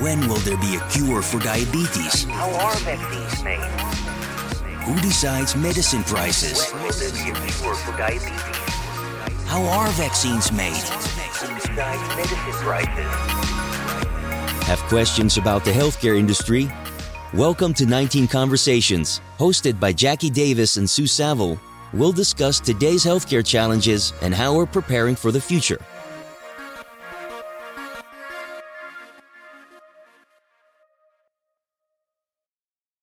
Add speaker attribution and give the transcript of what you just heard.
Speaker 1: When will there be a cure for diabetes?
Speaker 2: How are vaccines made?
Speaker 1: Who decides medicine prices?
Speaker 2: When will there be a cure for diabetes?
Speaker 1: How are vaccines made?
Speaker 2: Who decides medicine prices?
Speaker 1: Have questions about the healthcare industry? Welcome to 19 Conversations, hosted by Jackie Davis and Sue Saville. We'll discuss today's healthcare challenges and how we're preparing for the future.